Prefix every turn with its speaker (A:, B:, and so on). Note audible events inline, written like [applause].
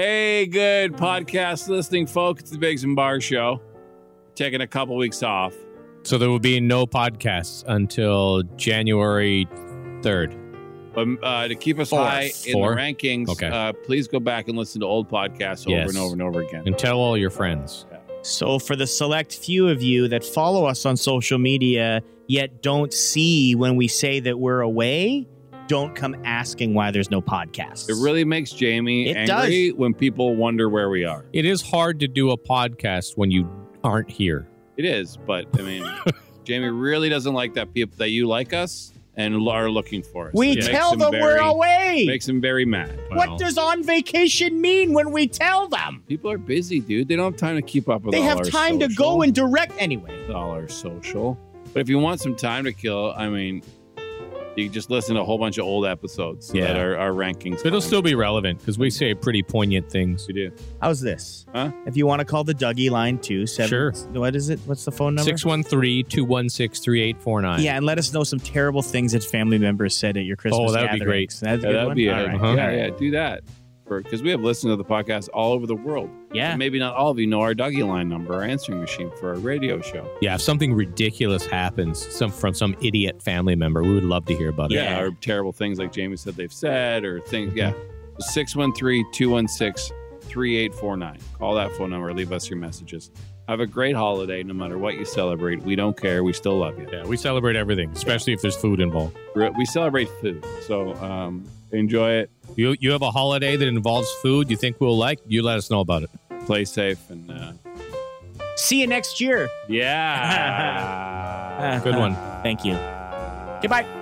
A: Hey, good podcast listening folk. It's the Bigs and Bar Show. Taking a couple weeks off.
B: So there will be no podcasts until January 3rd.
A: But uh, to keep us
B: Four.
A: high in
B: Four?
A: the rankings,
B: Okay.
A: uh, please go back and listen to old podcasts over
B: Yes.
A: and over and over again.
B: And tell all your friends.
C: So, for the select few of you that follow us on social media yet don't see when we say that we're away, don't come asking why there's no podcast.
A: It really makes Jamie
C: It
A: angry when people wonder where we are.
B: It is hard to do a podcast when you aren't here.
A: It is, but I
B: [laughs]
A: mean, Jamie really doesn't like that people that you like us and are looking for us.
C: we
A: It makes
C: tell
A: him
C: them we're
A: very-
C: away.
A: Makes him very mad.
B: Well,
C: What does on vacation mean when we tell them?
A: People are busy, dude. They don't have time to keep up with.
C: They
A: all
C: have
A: our
C: time to
A: social.
C: go and direct anyway.
A: dollar social. But if you want some time to kill, I mean, you can just listen to a whole bunch of old episodes so
B: Yeah.
A: that our, our rankings.
B: It'll still be relevant because we say pretty poignant things.
A: we do.
C: How's this?
A: Huh?
C: If you want to call the Dougie line too, seven,
B: Sure.
C: What is it? What's the phone number?
B: 613 216 3849.
C: Yeah, and let us know some terrible things that family members said at your Christmas.
B: Oh, that would be great.
C: gatherings. That's a
A: Yeah,
C: good
A: that'd
C: one?
A: be it.
C: All right.
B: Uh-huh.
A: Yeah, yeah, do that because we have listened to the podcast all over the world.
C: Yeah.
A: And maybe not all of you know our Dougie line number, our answering machine for our radio show.
B: Yeah, if something ridiculous happens some from some idiot family member, we would love to hear about it.
C: Yeah.
A: or terrible things like Jamie said they've said or things. Yeah, 613 216 3849. Call that phone number. Leave us your messages. Have a great holiday no matter what you celebrate. We don't care. We still love you.
B: Yeah, we celebrate everything, especially if there's food involved.
A: Re- we celebrate food so um, enjoy it
B: You you have a holiday that involves food you think we'll like, you let us know about it.
A: play safe and uh,
C: See you next year.
A: yeah
B: Good one.
C: [laughs] Thank you. Goodbye.